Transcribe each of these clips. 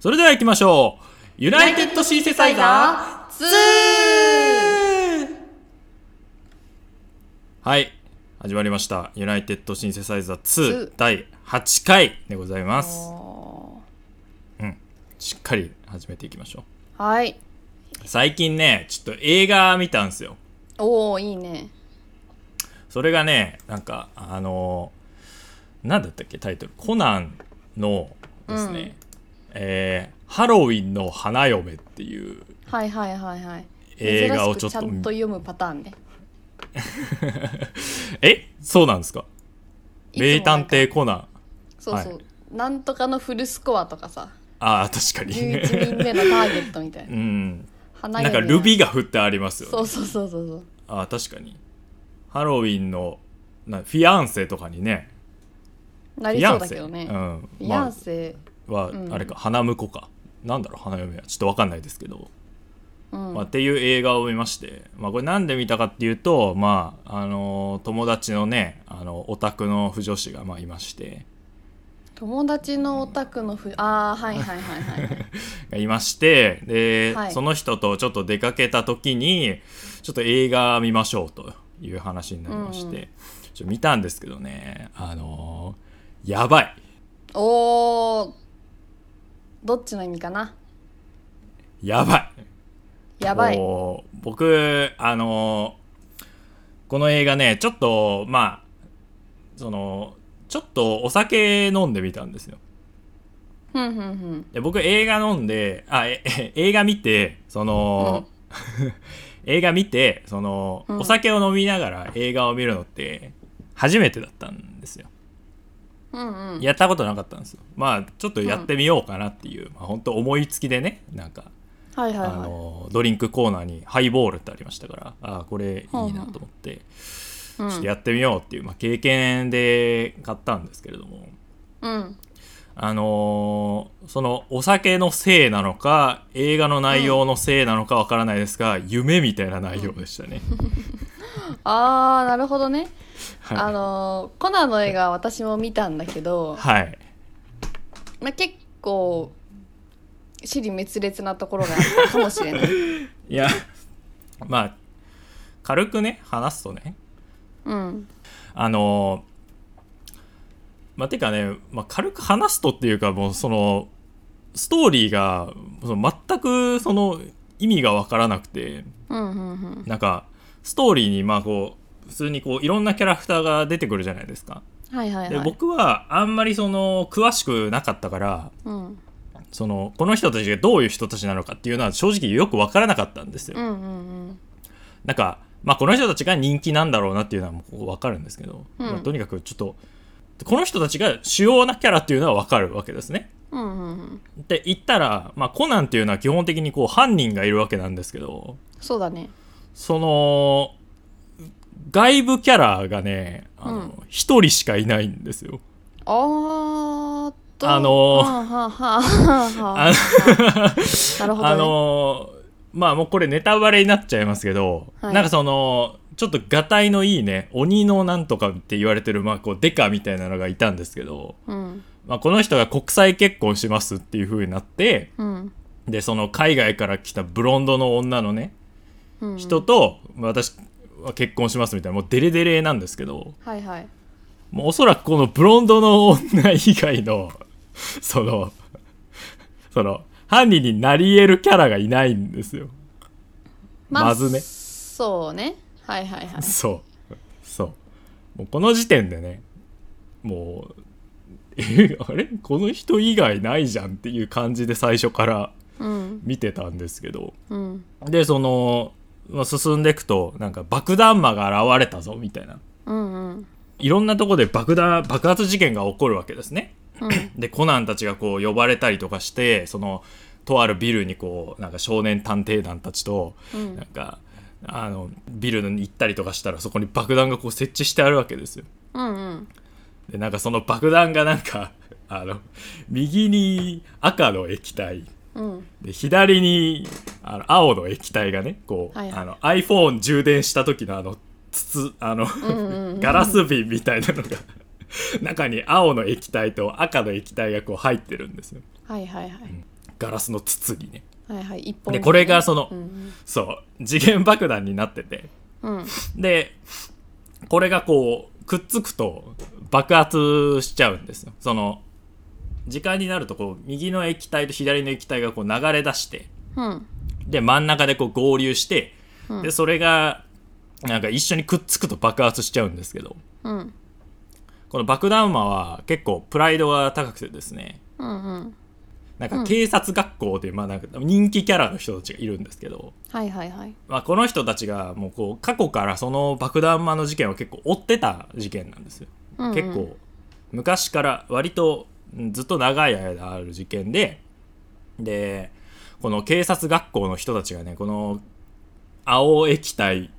それでは行きましょう。ユナイテッドシンセサイザー2はい。始まりました。ユナイテッドシンセサイザー2ツー第8回でございます。おしっかり始めていきましょう。ーはい最近ね、ちょっと映画見たんですよ。おおいいねそれがね、なんか、あのー、なんだったっけ、タイトル。コナンのですね、うんえーハロウィンの花嫁っていうはいはいはいはい映画をちょ珍っしくちゃとんと読むパターンねえそうなんですかいつも名探偵コナン。そうそう、はなんとかのフルスコアと かさああ、確かにね。。11人目のターゲットみたいうなん花 なん嫁かルビが振ってありますよ、ね。そうそうそうそうそうああ、確かに。ハロウィンの、なフィアンセとかにね。なフりィアそうンだセ。けどね、うん。フィアンセ、まあ、は、うんあれか、花婿か。なんだろう、花嫁は。ちょっとわかんないですけど。うんまあ、っていう映画を見まして、まあ、これなんで見たかっていうと、まあ、あのー友達のね、あの、オタクの不女子が、まあ、いまして、友達のお宅のふああはいはいはいは いはいがいまして、で、はいその人とちょっと出かけた時に、ちょっと映画見ましょうという話になりまして、うんうんちょっと見たんですけどね、あのーやばい。おおどっちの意味かなやばい。やばいもう僕あのこの映画ねちょっとまあそのちょっとお酒飲んでみたんですよふんふんふんで僕映画飲んであえ え映画見てその、 映画見てその、うんお酒を飲みながら映画を見るのって初めてだったんですようんうんやったことなかったんですよまあちょっとやってみようかなっていう、まあ本当思いつきでねなんかはいはいあはのドリンクコーナーにハイボールってありましたからあーこれいいなと思っていうんちょっとやってみようっていう、まあ、経験で買ったんですけれどもうんあのーそのお酒のせいなのか映画の内容のせいなのかわからないですが、夢みたいな内容で したね、ああなるほどね、あはいのーコナンの映画私も見たんだけど、はいまあ、結構尻滅裂なところがあったかもしれない い やまあ軽くね話すとねうんあのまあ、てかね、まあ、軽く話すとっていうか、もうその、ストーリーが、その全くその意味がわからなくて、うんうんうんなんか、ストーリーに、まあこう、普通にこう、いろんなキャラクターが出てくるじゃないですか。はいはいで、はい僕はあんまりその、詳しくなかったから、うんその、この人たちがどういう人たちなのかっていうのは正直よくわからなかったんですよう。んうんなんか、まあ、この人たちが人気なんだろうなっていうのはもう分かるんですけど、うんまあとにかくちょっとこの人たちが主要なキャラっていうのは分かるわけですね。うんうんうんうんって言ったら、まあ、コナンっていうのは基本的にこう犯人がいるわけなんですけどそうだねその外部キャラがねあの、うん1人しかいないんですよ。あーっとあのーはあはあはあはああなるほど、ね、あのーまあもうこれネタバレになっちゃいますけど、はいなんかそのちょっとがたいのいいね鬼のなんとかって言われてる、まあ、こうデカみたいなのがいたんですけど、うんまあ、この人が国際結婚しますっていう風になってうんでその海外から来たブロンドの女のねうん人とまあ私は結婚しますみたいなもうデレデレなんですけどはいはいもうおそらくこのブロンドの女以外のそのその犯人になり得るキャラがいないんですよまずねそうねはいはいはいそうそうもうこの時点でねもうえあれこの人以外ないじゃんっていう感じで最初からうん見てたんですけどうんでその、まあ、進んでいくとなんか爆弾魔が現れたぞみたいなうんうんいろんなとこで爆弾爆発事件が起こるわけですねうんでコナンたちがこう呼ばれたりとかしてそのとあるビルにこうなんか少年探偵団たちとうんなんかあのビルに行ったりとかしたらそこに爆弾がこう設置してあるわけですようんうんでなんかその爆弾がなんかあの右に赤の液体うんで左にあの青の液体がねこう、はいはいあの iPhone 充電した時のあの筒あの、んうんうんガラス瓶みたいなのが中に青の液体と赤の液体がこう入ってるんですよはいはいはいガラスの筒にねはいはい一本でこれがそのうんそう次元爆弾になっててうん、うんでこれがこうくっつくと爆発しちゃうんですよその時間になるとこう右の液体と左の液体がこう流れ出してうんで真ん中でこう合流して、うんでそれがなんか一緒にくっつくと爆発しちゃうんですけどうんこの爆弾魔は結構プライドが高くてですねうんうんなんうかん警察学校で、まあ、なんか人気キャラの人たちがいるんですけど、はいはいはいまあ、この人たちがもうこう過去からその爆弾魔の事件を結構追ってた事件なんですよ、うんうん結構昔から割とうんずっと長い間ある事件ででこの警察学校の人たちがねこの青液体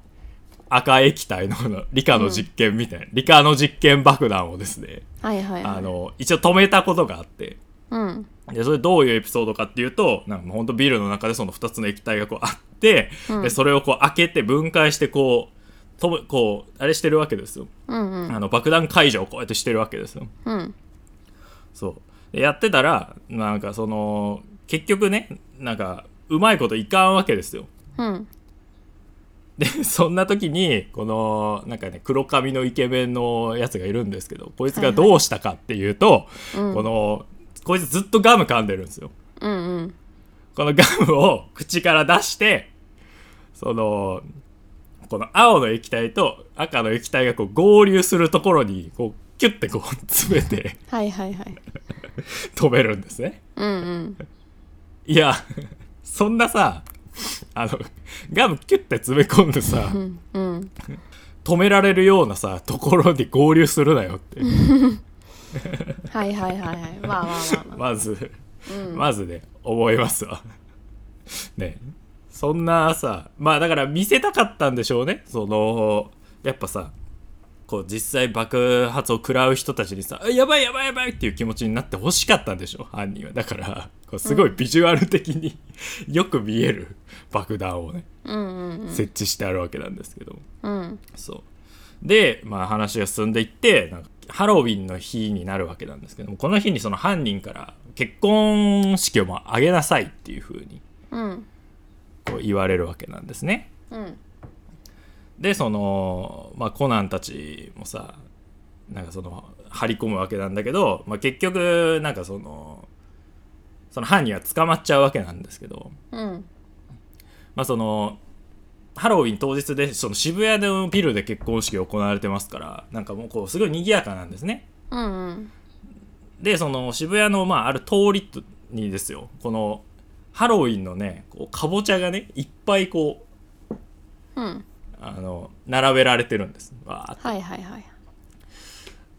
赤液体の理科の実験みたいな、理科の実験爆弾をですねはいはいはいあの一応止めたことがあってうんでそれどういうエピソードかっていうとなんかもうほんとビールの中でその2つの液体がこうあって、うんでそれをこう開けて分解してこうとぶこうあれしてるわけですようんうあんの爆弾解除をこうやってしてるわけですようんそうでやってたらなんかその結局ねなんかうまいこといかんわけですようんでそんな時にこのなんかね黒髪のイケメンのやつがいるんですけどこいつがどうしたかっていうと、うんこのこいつずっとガム噛んでるんですようんうんこのガムを口から出して、その、この青の液体と赤の液体がこう合流するところに、こう、キュッてこう詰めてはいはいはい止めるんですね。うんうんいや、そんなさ、あの、ガムキュッて詰め込んでさ、うんうん止められるようなさ、ところに合流するなよって、はいはいはいはいまあまあまあまあ まず、うんまずね、思いますわ。ねそんなさ、まあだから見せたかったんでしょうね。その、やっぱさ、こう実際爆発を食らう人たちにさ、あやばいやばいやばいっていう気持ちになってほしかったんでしょう、犯人は。だから、こうすごいビジュアル的に よく見える爆弾をね、うんうん設置してあるわけなんですけど。うんそう。で、まあ話が進んでいって、なんかハロウィンの日になるわけなんですけども、この日にその犯人から結婚式をまあ挙げなさいっていう風にうんこう言われるわけなんですね。うんで、その、まあコナンたちもさ、なんかその、張り込むわけなんだけど、まあ結局、なんかその、その犯人は捕まっちゃうわけなんですけど、うんまあそのハロウィン当日でその渋谷のビルで結婚式が行われてますからなんかもうこうすごい賑やかなんですねうんうんでその渋谷のまあある通りにですよこのハロウィンのねこうかぼちゃがねいっぱいこううんあの並べられてるんですわーってはいはいはい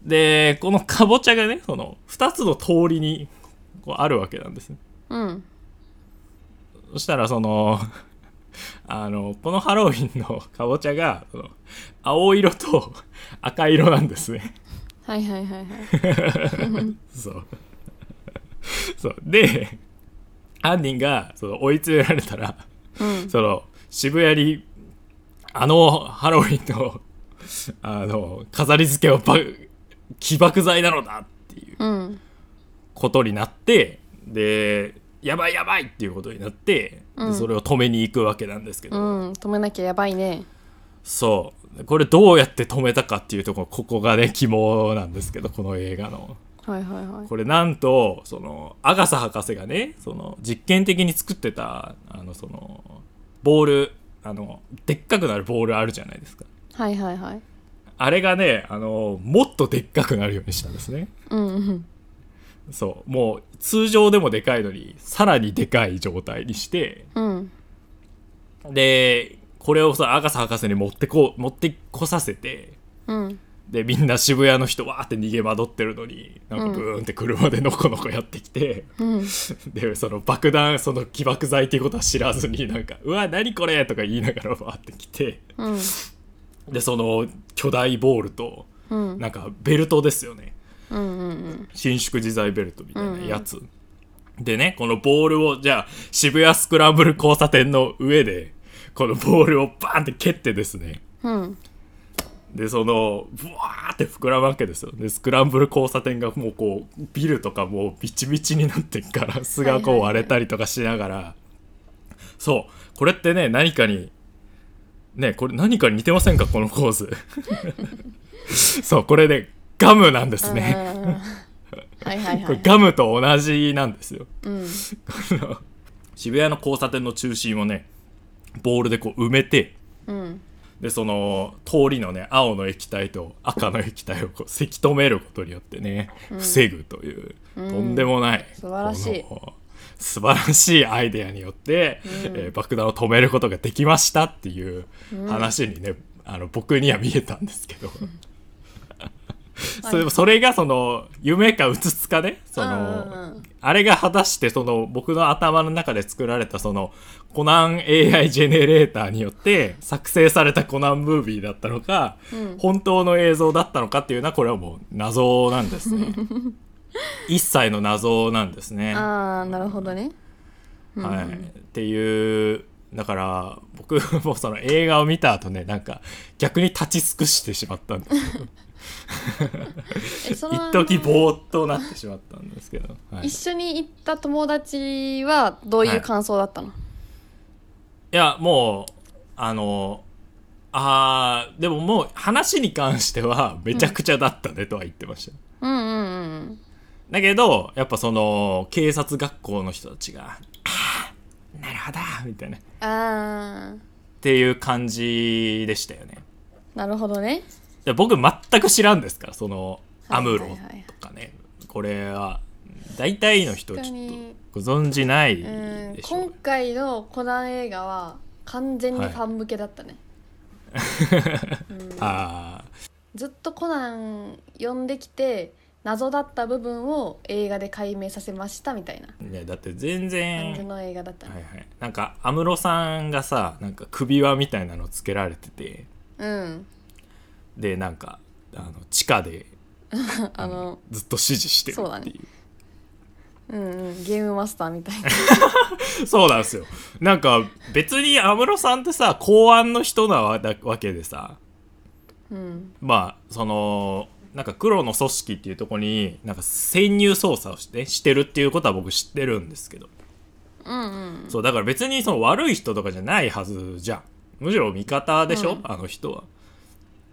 でこのかぼちゃがねその2つの通りにこうあるわけなんですねうんそしたらその あのこのハロウィンのかぼちゃがその青色と赤色なんですねはいはいはいはいそう。 そう。で、犯人がその追い詰められたら、うんその渋谷に、あのハロウィンの、あの、飾り付けをば起爆剤なのだっていううんことになって、で、やばいやばいっていうことになって、でうんそれを止めに行くわけなんですけうど、ん止めなきゃやばいねそう。これどうやって止めたかっていうところ、ここがね、肝なんですけど、この映画の。はいはいはいこれなんとそのアガサ博士がねその実験的に作ってたあのそのボールあのでっかくなるボールあるじゃないですかはいはいはいあれがねあのもっとでっかくなるようにしたんですねうんうんそうもう通常でもでかいのにさらにでかい状態にしてうんでこれをさアガサ博士に持ってこう持ってこさせてうんでみんな渋谷の人わーって逃げ惑ってるのになんかブーンって車でのこのこやってきて、うんでその爆弾その起爆剤っていうことは知らずになんか「うわ何これ!」とか言いながら回ってきてうんでその巨大ボールとうんなんかベルトですよねうんうん伸縮自在ベルトみたいなうんやつ、でねこのボールをじゃあ渋谷スクランブル交差点の上でこのボールをバーンって蹴ってですねうんでそのブワーって膨らむわけですよでスクランブル交差点がもうこうビルとかもうビチビチになってガラスがこう割れたりとかしながら、そうこれってね何かにねこれ何かに似てませんかこの構図 そうこれねガムなんですね、うんうんうんはいはいこはれい。ガムと同じなんですようん。 あの渋谷の交差点の中心をねボールでこう埋めてうん。でその通りのね青の液体と赤の液体をこうせき止めることによってね、防ぐという、うんとんでもない素晴らしいこの素晴らしいアイデアによって、うんえー爆弾を止めることができましたっていう話にね、あの僕には見えたんですけど。それそれがその夢かうつつかねその、うんうんうんあれが果たしてその僕の頭の中で作られたそのコナン AI ジェネレーターによって作成されたコナンムービーだったのか、うん本当の映像だったのかっていうのはこれはもう謎なんです ね一切の謎なんですね、はああ、なるほどね。い、うんっていうだから僕もその映画を見た後ねなんか逆に立ち尽くしてしまったんですけど え、その一時ぼーっとなってしまったんですけど、はい、い一緒に行った友達はどういう感想だったの、やもうあのあーでももう話に関してはめちゃくちゃだったねとは言ってました、うんうんうんだけどやっぱその警察学校の人たちが「ああなるほど」みたいなっうん。ああ、ていう感じでしたよねなるほどね。で僕全く知らんですからそのはアいはいムはロいとかねこれは大体の人ちょっ確とかにご存じないうんでしょうね、今回のコナン映画は完全にファン向けだったね、あーずっとコナン呼んできて謎だった部分を映画で解明させましたみたいないやだって全感然じの映画だったね、はいはい、なんか安室さんがさなんか首輪みたいなのつけられててうんでなんかあの地下であのずっと支持してるそうだってねいううんうんゲームマスターみたいなそう,、なんですよなんか別に安室さんってさ公安の人なわだわけでさうんまあそのなんか黒の組織っていうとこになんか潜入捜査をしてしてるっていうことは僕知ってるんですけどうんうんそうだから別にその悪い人とかじゃないはずじゃんむしろ味方でしょ、うんあの人は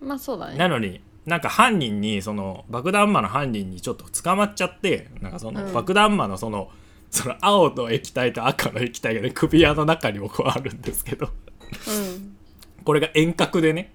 まあそうだねなのになんか犯人にその爆弾魔の犯人にちょっと捕まっちゃってなんかそのうん爆弾魔のその,、 その青の液体と赤の液体がね首輪の中にもこうあるんですけど うんこれが遠隔でね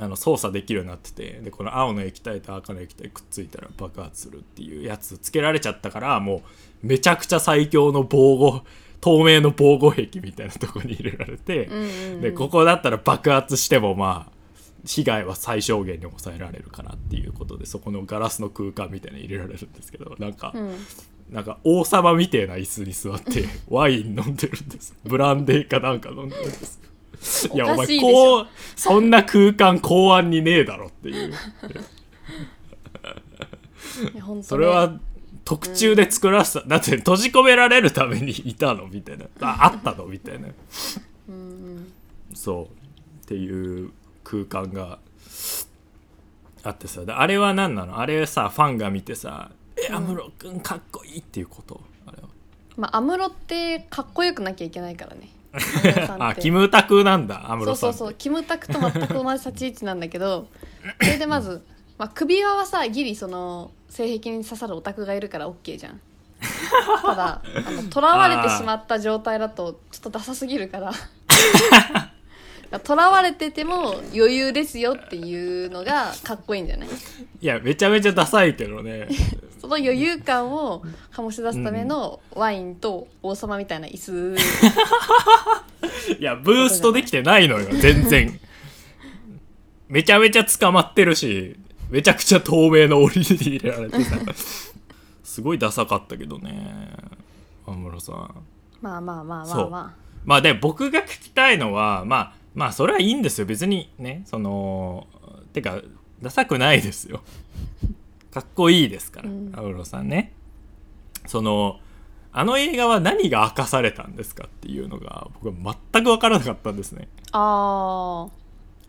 あの操作できるようになっててでこの青の液体と赤の液体くっついたら爆発するっていうやつつけられちゃったからもうめちゃくちゃ最強の防護透明の防護壁みたいなとこに入れられて、うんうんうんでここだったら爆発してもまあ被害は最小限に抑えられるかなっていうことでそこのガラスの空間みたいに入れられるんですけどなんか、うんなんか王様みてえな椅子に座 ってワイン飲んでるんですブランデーかなんか飲んでるんですいやおおかし前いでしょこうそんな空間公安にねえだろっていういやほんとねそれは特注で作らせた、だって閉じ込められるためにいたのみたい なああったのみたいなうんそうっていう空間があってさであれは何なのあれさファンが見てさ「え安室君かっこいい」っていうことあれはまあ安室ってかっこよくなきゃいけないからね あキムタクなんだ安そう室さそんうそうキムタクと全く同じ立ち位置なんだけどそれでまず、まあ、首輪はさギリその性癖に刺さるオタクがいるから OK じゃんただあの囚われてしまった状態だとちょっとダサすぎるから 囚われてても余裕ですよっていうのがかっこいいんじゃないいやめちゃめちゃダサいけどねその余裕感を醸し出すためのワインと王様みたいな椅子いやブーストできてないのよ全然めちゃめちゃ捕まってるしめちゃくちゃ透明の檻に入れられて さすごいダサかったけどね安室さんまあまあまあまそあうままあで僕が聞きたいのはまあまあそれはいいんですよ別にねそのてかダサくないですよかっこいいですからうんアウロさんねそのあの映画は何が明かされたんですかっていうのが僕は全く分からなかったんですねああ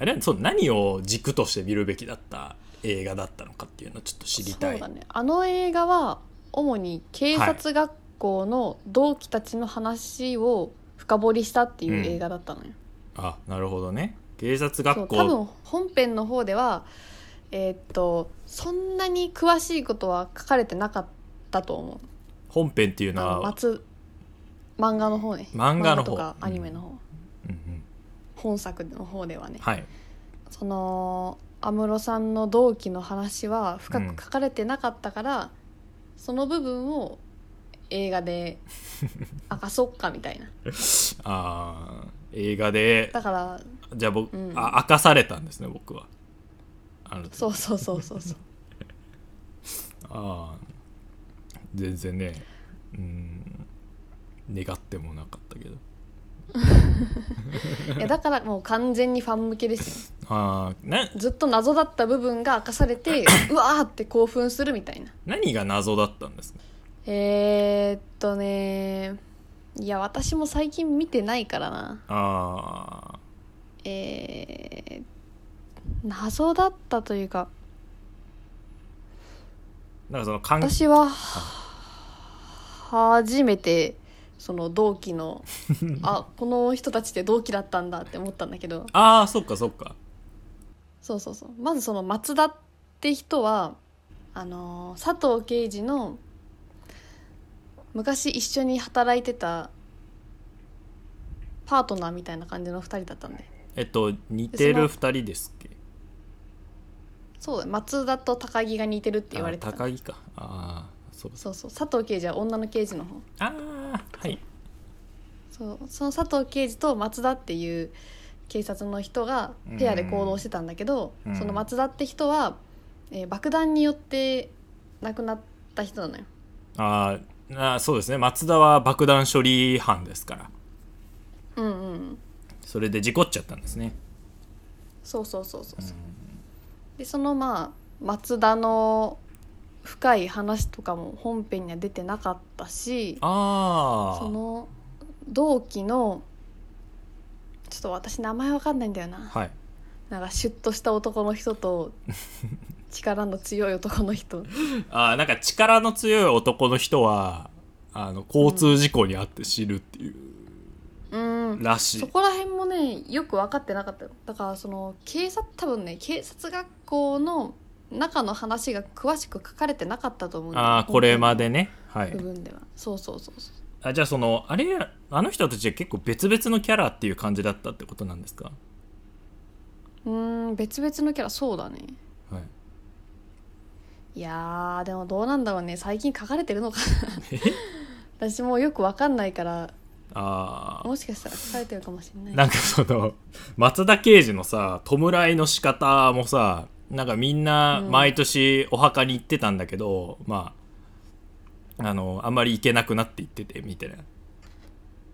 あれはそう何を軸として見るべきだった映画だったのかっていうのをちょっと知りたそういだねあの映画は主に警察学校の同期たちの話を深掘りしたっていう映画だったのよ、あなるほどね警察そう学多校分本編の方ではえーっとそんなに詳しいことは書かれてなかったと思う本編っていうのあのは、松漫画の方ね漫画の方とかうんアニメの方、うんうん、本作の方ではねはいその安室さんの同期の話は深く書かれてなかったから、その部分を映画で明かそっかみたいなあー映画でだからじゃあ僕、うんあ明かされたんですね僕はあのそうそうそうそうそうああ全然ねうん願ってもなかったけどいやだからもう完全にファン向けですよああなずっと謎だった部分が明かされてうわーって興奮するみたいな何が謎だったんですかえー、っとねいや私も最近見てないからなああえー、謎だったというかなんかその関私は初めてその同 期のあこの人たちって同期だったんだって思ったんだけどああそっかそっかそうそうそうまずその松田って人はあのー佐藤刑事の昔一緒に働いてたパートナーみたいな感じの2人だったんでえっと似てるそ二人ですっけそうだ松田と高木が似てるって言われてあた高木かああそうですそうそう佐藤刑事は女の刑事の方ああはいそうその佐藤刑事と松田っていう警察の人がペアで行動してたんだけど、うんその松田って人は、えー爆弾によって亡くなった人なのよあーあーそうですね松田は爆弾処理班ですからうんうんそれで事故っちゃったんですねそうそうそうそうそうでそのまあ松田の深い話とかも本編には出てなかったしあそあの同期のちょっと私名前わかんないんだよな、はいなんかシュッとした男の 人と力の強い男の人あーなんか力の強い男の人はあの交通事故に遭って死ぬっていう、うんらしいそこら辺もねよく分かってなかったよだからその警察多分ね警察学校の中の話が詳しく書かれてなかったと思うんだよああこれまでねはい本編の部分ではそうそうそうそうあじゃあそのあれあの人たちは結構別々のキャラっていう感じだったってことなんですかうーん別々のキャラそうだねはいいやーでもどうなんだろうね最近書かれてるのかな私もうよく分かんないからああもしかしたら書かれてるかもしれないなんかその松田刑事のさ弔いの仕方もさなんかみんなうん毎年お墓に行ってたんだけど、まああのあんまり行けなくなって行っててみたいな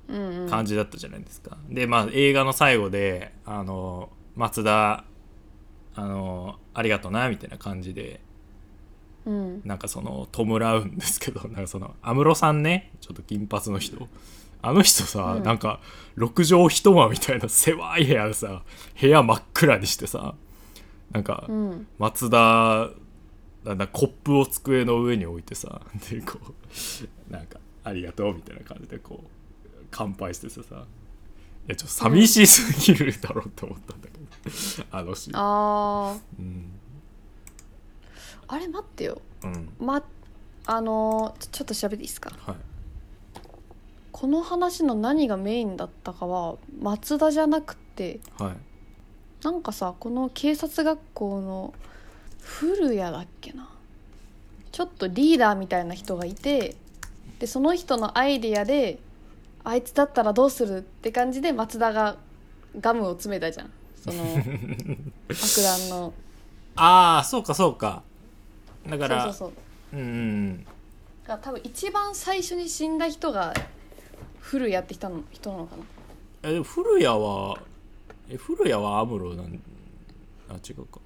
うんうん感じだったじゃないですか、でまあ映画の最後であの松田あのありがとなみたいな感じでうんなんかその弔うんですけど なんかその安室さんねちょっと金髪の人あの人さ、うんなんか6畳一間みたいな狭い部屋でさ部屋真っ暗にしてさなんかうん松田なんだコップを机の上に置いてさ でこうなんか「ありがとう」みたいな感じでこう乾杯してささいやちょっと寂しすぎるだろうって思ったんだけどあのシーンあうんーあれ待ってようんまあのーちょちょっと調べていいですかはいこの話の何がメインだったかは松田じゃなくてはいなんかさこの警察学校の古谷だっけなちょっとリーダーみたいな人がいてでその人のアイディアであいつだったらどうするって感じで松田がガムを詰めたじゃんそ の爆弾のああそうかそうかだからそうそうそううんうんだから多分一番最初に死んだ人が古谷って人なの人なのかなえでも古谷はえ古谷はアムロなんあ違うか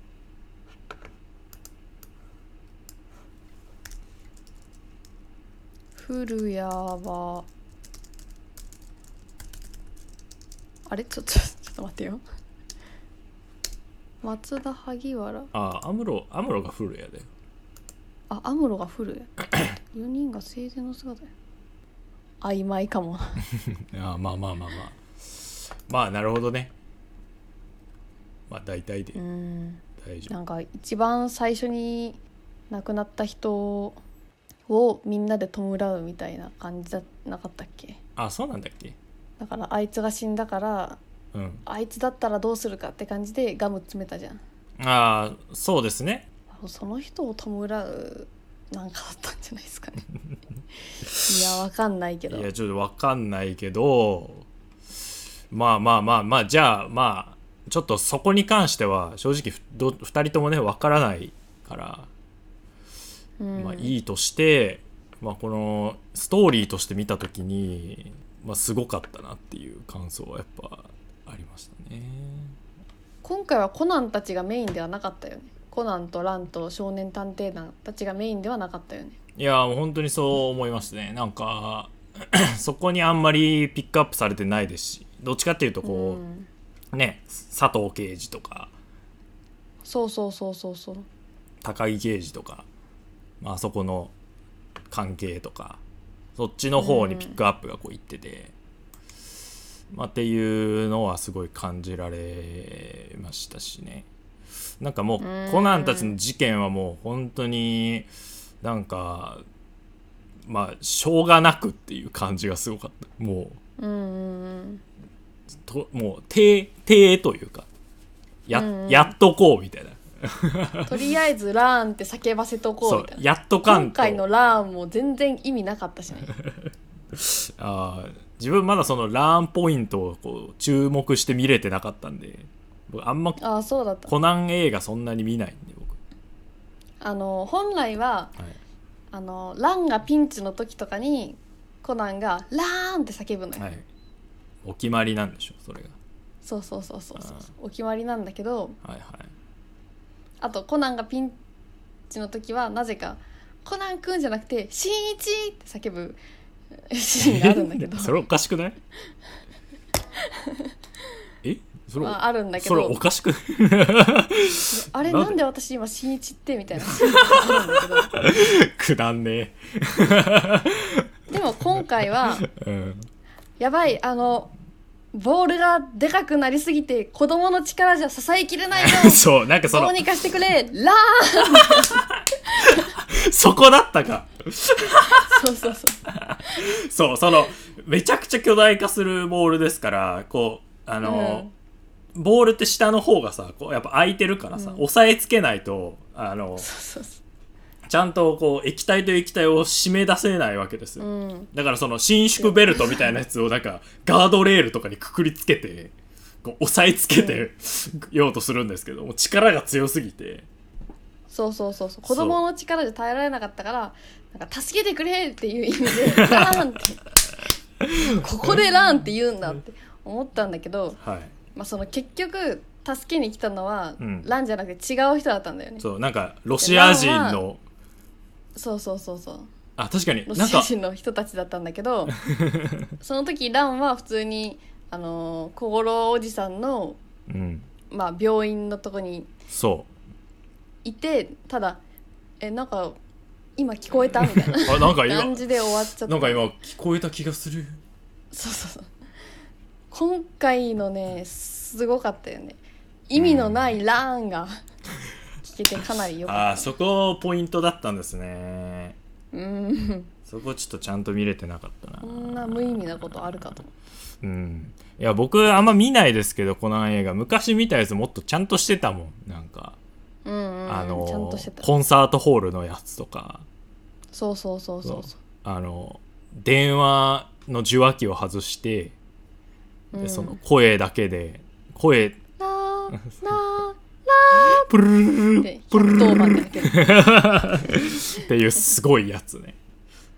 古谷はあれちょっとちょっと待ってよ松田萩原あアムロアムロがフルやであアムロがフルや4人が生前の姿や曖昧かもなあまあまあまあまあまあなるほどねまあ大体でうん大丈なんか一番最初に亡くなった人をみんなで弔うみたいな感じじゃなかったっけ夫あそうなんだっけだからあいつが死んだからうんあいつだったらどうするかって感じでガム詰めたじゃんああそうですねその人を弔うなんかだったんじゃないです かねいやわかんないけどいやちょっとわかんないけどまあまあまあまあじゃあまあちょっとそこに関しては正直ふど2人ともねわからないから、うんまあ、いいとして、まあ、このストーリーとして見た時に、まあ、すごかったなっていう感想はやっぱありましたね。今回はコナンたちがメインではなかったよねコナンとランと少年探偵団たちがメインではなかったよねいやもう本当にそう思いましたねなんか そこにあんまりピックアップされてないですしどっちかっていうとこうう、んね佐藤刑事とかそうそうそうそうそう高木刑事とか、まああそこの関係とかそっちの方にピックアップがこういってて、まあ、っていうのはすごい感じられましたしねなんかもうんうコナンたちの事件はもう本当になんかまあしょうがなくっていう感じがすごかったもううんうんともう手手というかや,、うんうんやっとこうみたいなうんとりあえずラーンって叫ばせとこうそうみたいなやっとかんと今回のラーンも全然意味なかったし ねあー自分まだそのラーンポイントをこう注目して見れてなかったんで僕あんまああそうだったコナン映画そんなに見ないんで僕、あの本来ははい、あのランがピンチの時とかにコナンが「ラーン!」って叫ぶのよ、はい、お決まりなんでしょそれそうそうそうそうそうあーお決まりなんだけどがはいはいあとコナンがピンチの時はなぜか「コナンくん」じゃなくて「しんいち!」って叫ぶえシーンがあるんだけど それおかしくないえそれ,、まあ、あるんだけそれおどかしくない あれなんなでんで私今「しんいち」ってみたいな シーンがあるんだけどくだんねでも今回はえ、うん、やばいあのボールがでかくなりすぎて子供の力じゃ支えきれない よそうなんかそどのうにかしてくれラーそこだったかンそうそうそうそうそのめちゃくちゃ巨大化するボールですからこうあの、うんボールって下の方がさこうやっぱ空いてるからさ、うん押さえつけないとあのそうそうそちゃんとこう液体と液体を締め出せないわけですうよ、うんだからその伸縮ベルトみたいなやつをなんかガードレールとかにくくりつけてこう押さえつけて、ようとするんですけどもう力が強すぎてそうそうそうそそう子う供の力じゃ耐えられなかったからなんか助けてくれっていう意味 でラーンってここでラーンって言うんだって思ったんだけど、はいまあ、その結局助けに来たのは、うんランじゃなくて違う人だったんだよねそうなんかロシア人ランのそうそうそうそうあ確かにロなんシアか人の人たちだったんだけ どその時ランは普通にあのー小五郎おじさんの、うんまあ、病院のとこにそういてただ「えなんか今聞こえた?」みたいなあなんか今感じで終わっちゃったなんか今聞こえた気がするそうそうそう今回のねすごかったよね意味のないラーンが聞けてかなりよあかあったそこポイントだったんですねうんそこちょっとちゃんと見れてなかったなこんな無意味なことあるかとうんいや僕あんま見ないですけどコナン映画昔見たやつもっとちゃんとしてたもんなんか、うんうん、あのちゃんとしてたコンサートホールのやつとかそうそうそうそうそあの電話の受話器を外して、う、でうんその声だけで声なーなープルルルルルって110番 でける、っていうすごいやつね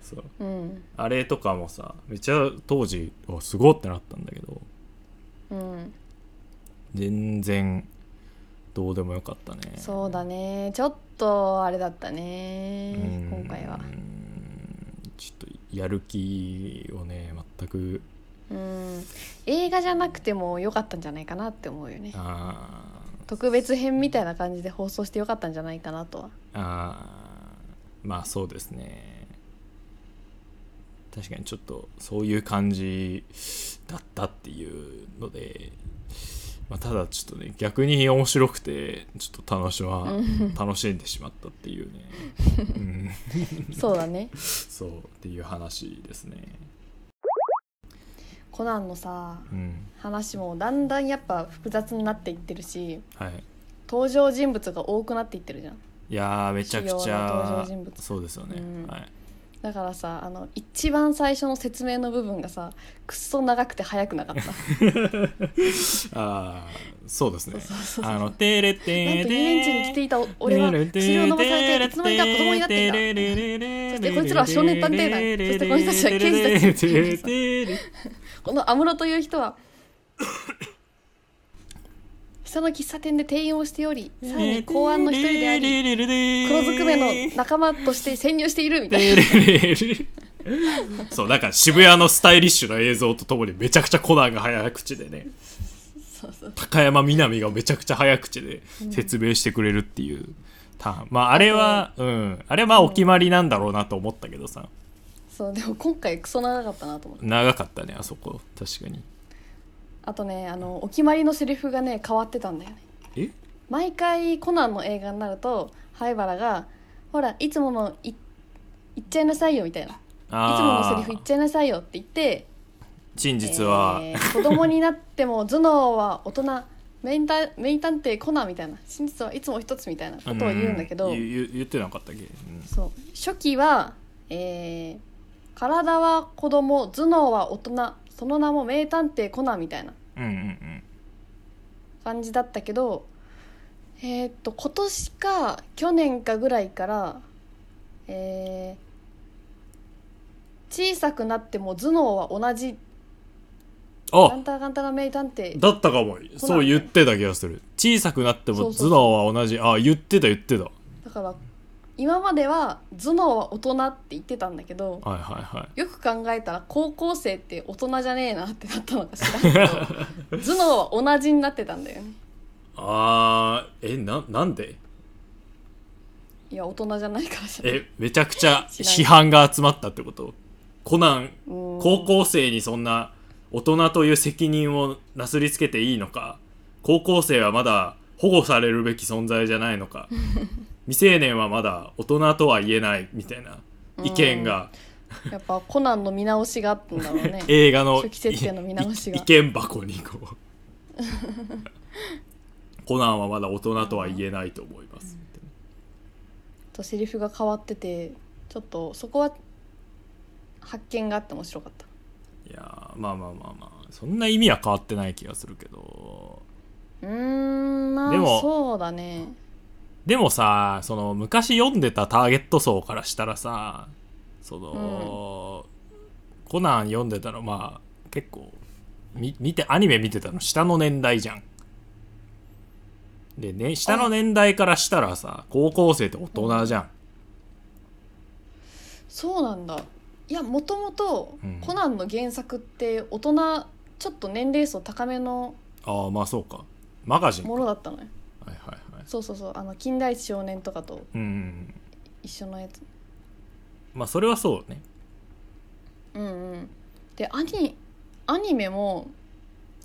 そううんあれとかもさめちゃ当時おすごってなったんだけどうん、全然どうでもよかったねそうだねちょっとあれだったねうん今回はちょっとやる気をね全くうん映画じゃなくても良かったんじゃないかなって思うよねあー特別編みたいな感じで放送してよかったんじゃないかなとはあーまあそうですね確かにちょっとそういう感じだったっていうので、まあ、ただちょっとね逆に面白くてちょっと楽しは楽しんでしまったっていうね、うん、そうだねそうっていう話ですねコナンのさうん話もだんだんやっぱ複雑になっていってるしはい登場人物が多くなっていってるじゃんいやーめちゃく主ち要な登ゃ場人物そうですよね、うんはいだからさあの一番最初の説明の部分がさくっそ長くて早くなかったあーそうですねそうそうそうあのテレなんとテ遊レ園地に来ていた俺は薬を飲まされていつの間にか子供になっていたそしてこいつらは少年探偵団そしてこの人たちは刑事たこの安室という人は下の喫茶店で店員をしておりさらに公安の一人であり黒ずくめの仲間として潜入しているみたいな そうだから渋谷のスタイリッシュな映像とともにめちゃくちゃコナンが早口でねそうそう高山みなみがめちゃくちゃ早口で説明してくれるっていうターン、まああれはうんあれはまあお決まりなんだろうなと思ったけどさそうでも今回クソ長かったなと思って長かったねあそこ確かにあとねあのお決まりのセリフがね変わってたんだよねえ毎回コナンの映画になると灰原が「ほらいつものい言っちゃいなさいよ」みたいな「いつものセリフ言っちゃいなさいよ」って言って真実は、えー子供になっても頭脳は大人メインタメイン探偵コナンみたいな真実はいつも一つみたいなことを言うんだけど、言言言ってなかったっけ、うんそう初期は、えー体は子供頭脳は大人その名も名探偵コナン」みたいなうんうん感じだったけどえーっと今年か去年かぐらいからえー小さくなっても頭脳は同じ「ガあンタラガンタラ名探偵」だったかもそう言ってた気がする小さくなってそもうそ頭う脳は同じあ言ってた言ってたはだから今までは頭脳は大人って言ってたんだけどいはいはいよく考えたら高校生って大人じゃねえなってなったのか知らん けど頭脳は同じになってたんだよねあーえななんでいや大人じゃないからじゃないえめちゃくちゃ 知らん批判が集まったってことコナンうん高校生にそんな大人という責任をなすりつけていいのか高校生はまだ保護されるべき存在じゃないの か未成年はまだ大人とは言えないみたいな意見がやっぱコナンの見直しがあったんだろ うね映画の初期設定の見直しがい意見箱にこう コナンはまだ大人とは言えないと思います、とセリフが変わっててちょっとそこは発見があって面白かったいやーまあまあまあまあそんな意味は変わってない気がするけどうーんまあでもそうだねでもさその昔読んでたターゲット層からしたらさその、コナン読んでたのまあ結構み見てアニメ見てたの下の年代じゃん。でね下の年代からしたらさ高校生って大人じゃん。そうなんだいやもともとうんコナンの原作って大人ちょっと年齢層高めのああまあそうか。マガジンか。もはいのだったのよはいはい。そうそうそうあの近代一少年とかとうん。一緒のやつまあそれはそうね。うんうんでアニアニメも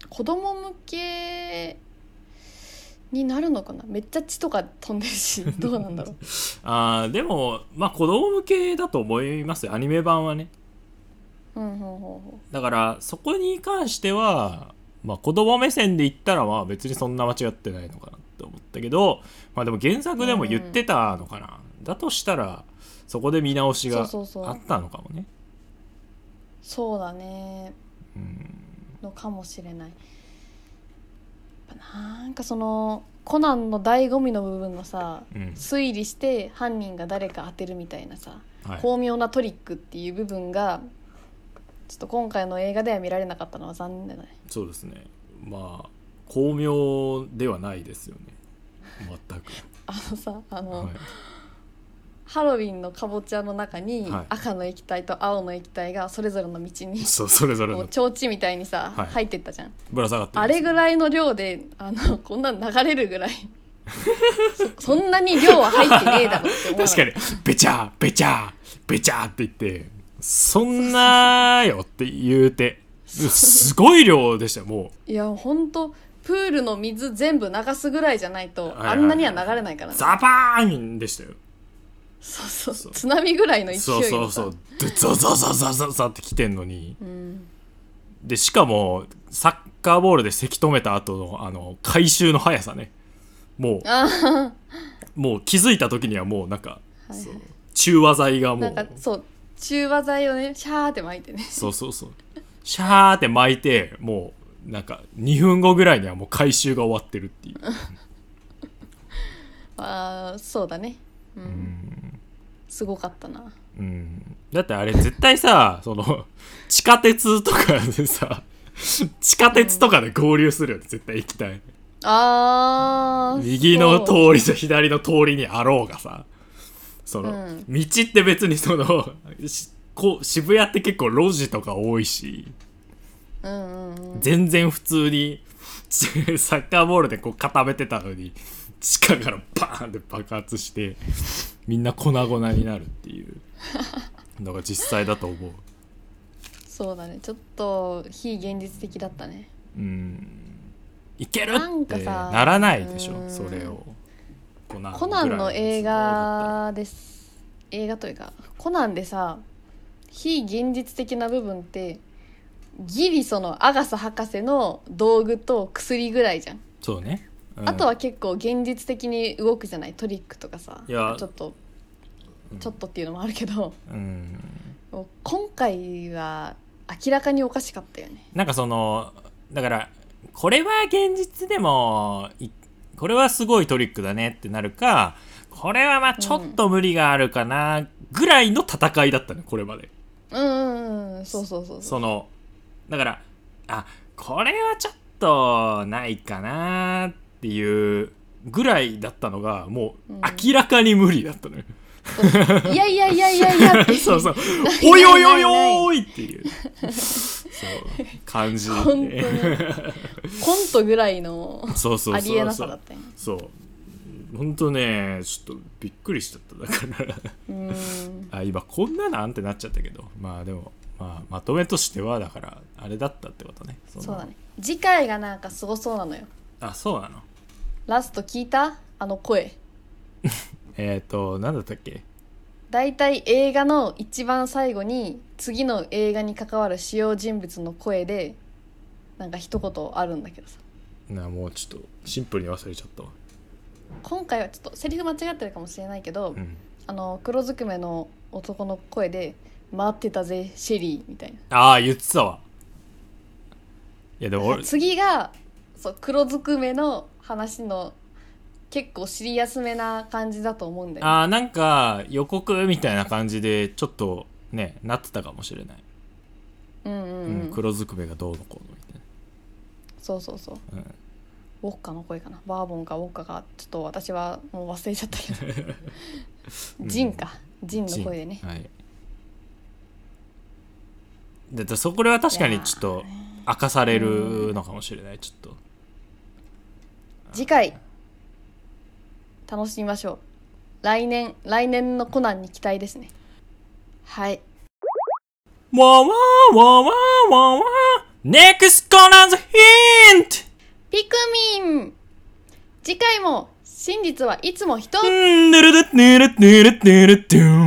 子供向けになるのかなめっちゃ血とか飛んで るしどうなんだろうああでもまあ子供向けだと思いますよアニメ版はね。うんほうほうほだからそこに関しては、まあ、子供目線で言ったらまあ別にそんな間違ってないのかなって思ったけど、まあ、でも原作でも言ってたのかな、だとしたらそこで見直しうそがあうそうそっうたのかもねそうだねうんのかもしれないやっぱなんかそのコナンの醍醐味の部分のさうん推理して犯人が誰か当てるみたいなさはい巧妙なトリックっていう部分がちょっと今回の映画では見られなかったのは残念だね そうですねまあ巧 妙ではないですよね全く、あのさあの、はい、ハロウィンのかぼちゃの中にはい赤の液体と青の液体がそれぞれの道にそうそれぞれこうの提灯みたいにさ、はい入ってったじゃんぶら下がってるあれぐらいの量であの こんなの流れるぐらい そそんなに量は入ってねえだろって思う確かにべちゃーべちゃーべちゃーって言ってそんなよって言うてすごい量でしたよもいやほんとプールの水全部流すぐらいじゃないとはいはいあんなには流れないからうねザバーンでしたよそうそうそう津波ぐらいの勢いそうそうそうでザザザザザザって来てんのにうん、でしかもサッカーボールでせき止めた後のあの回収の速さねもうあーもう気づいた時にはもうなんか、はいそう中和剤がもなうんかそう中和剤をねシャーって巻いてねそうそうそうシャーって巻いてもうなんか2分後ぐらいにはもう回収が終わってるっていうあーそうだねうん、すごかったなうんだってあれ絶対さその地下鉄とかでさ地下鉄とかで合流するよね絶対行きたいあー右のそう通りと左の通りにあろうがさその、うん道って別にそのしこう渋谷って結構路地とか多いしうんうんうん全然普通に ちサッカーボールでこう固めてたのに地下からバーンって爆発してみんな粉々になるっていうのが実際だと思うそうだねちょっと非現実的だったねうんいけるなんっかてさならないでしうょんそれをコナコナンの映ぐらいの画です映画というかコナンでさ非現実的な部分ってギリそのアガサ博士の道具と薬ぐらいじゃん、そうね、うんあとは結構現実的に動くじゃないトリックとかさいやちょっとちょっとっていうのもあるけど、うんもう今回は明らかにおかしかったよねなんかそのだからこれは現実でもいこれはすごいトリックだねってなるかこれはまあちょっと無理があるかなぐらいの戦いだったねこれまでうんうんうんそうそうそうそうそのだからあこれはちょっとないかなっていうぐらいだったのがもううん明らかに無理だったのよ、いやいやいやいやいやって そう そうないおいおいおいないないおいって いうそう感じ本当にコントぐらいの そうそうそうそうありえなさだったよねそう本当ねちょっとびっくりしちゃっただから うーんあ今こんななんってなっちゃったけどまあでも、まあ、まとめとしてはだからあれだったってことねそのそうだね次回がなんかすごそうなのよあそうなのラスト聞いたあの声えっ、ー、となんだったっけだいたい映画の一番最後に次の映画に関わる主要人物の声でなんか一言あるんだけどさなもうちょっとシンプルに忘れちゃったわ今回はちょっとセリフ間違ってるかもしれないけど、うんあの黒ずくめの男の声で「待ってたぜシェリー」みたいなああ言ってたわいやでも俺次がそう黒ずくめの話の結構シリアスめな感じだと思うんだよあーなんか予告みたいな感じでちょっとねなってたかもしれない、うんうんううんん、黒ずくめがどうのこうのみたいそうそうそうな、うん、ウォッカの声かなバーボンかウォッカかちょっと私はもう忘れちゃったけど ジンかジンの声でねはいだってそこれは確かにちょっと明かされるのかもしれないちょっと次回楽しみましょう来年来年のコナンに期待ですねはいわわわわわわネクスコナンズヒントピクミン次回も真実はいつも一つぬるるぬるぬるぬるドゥン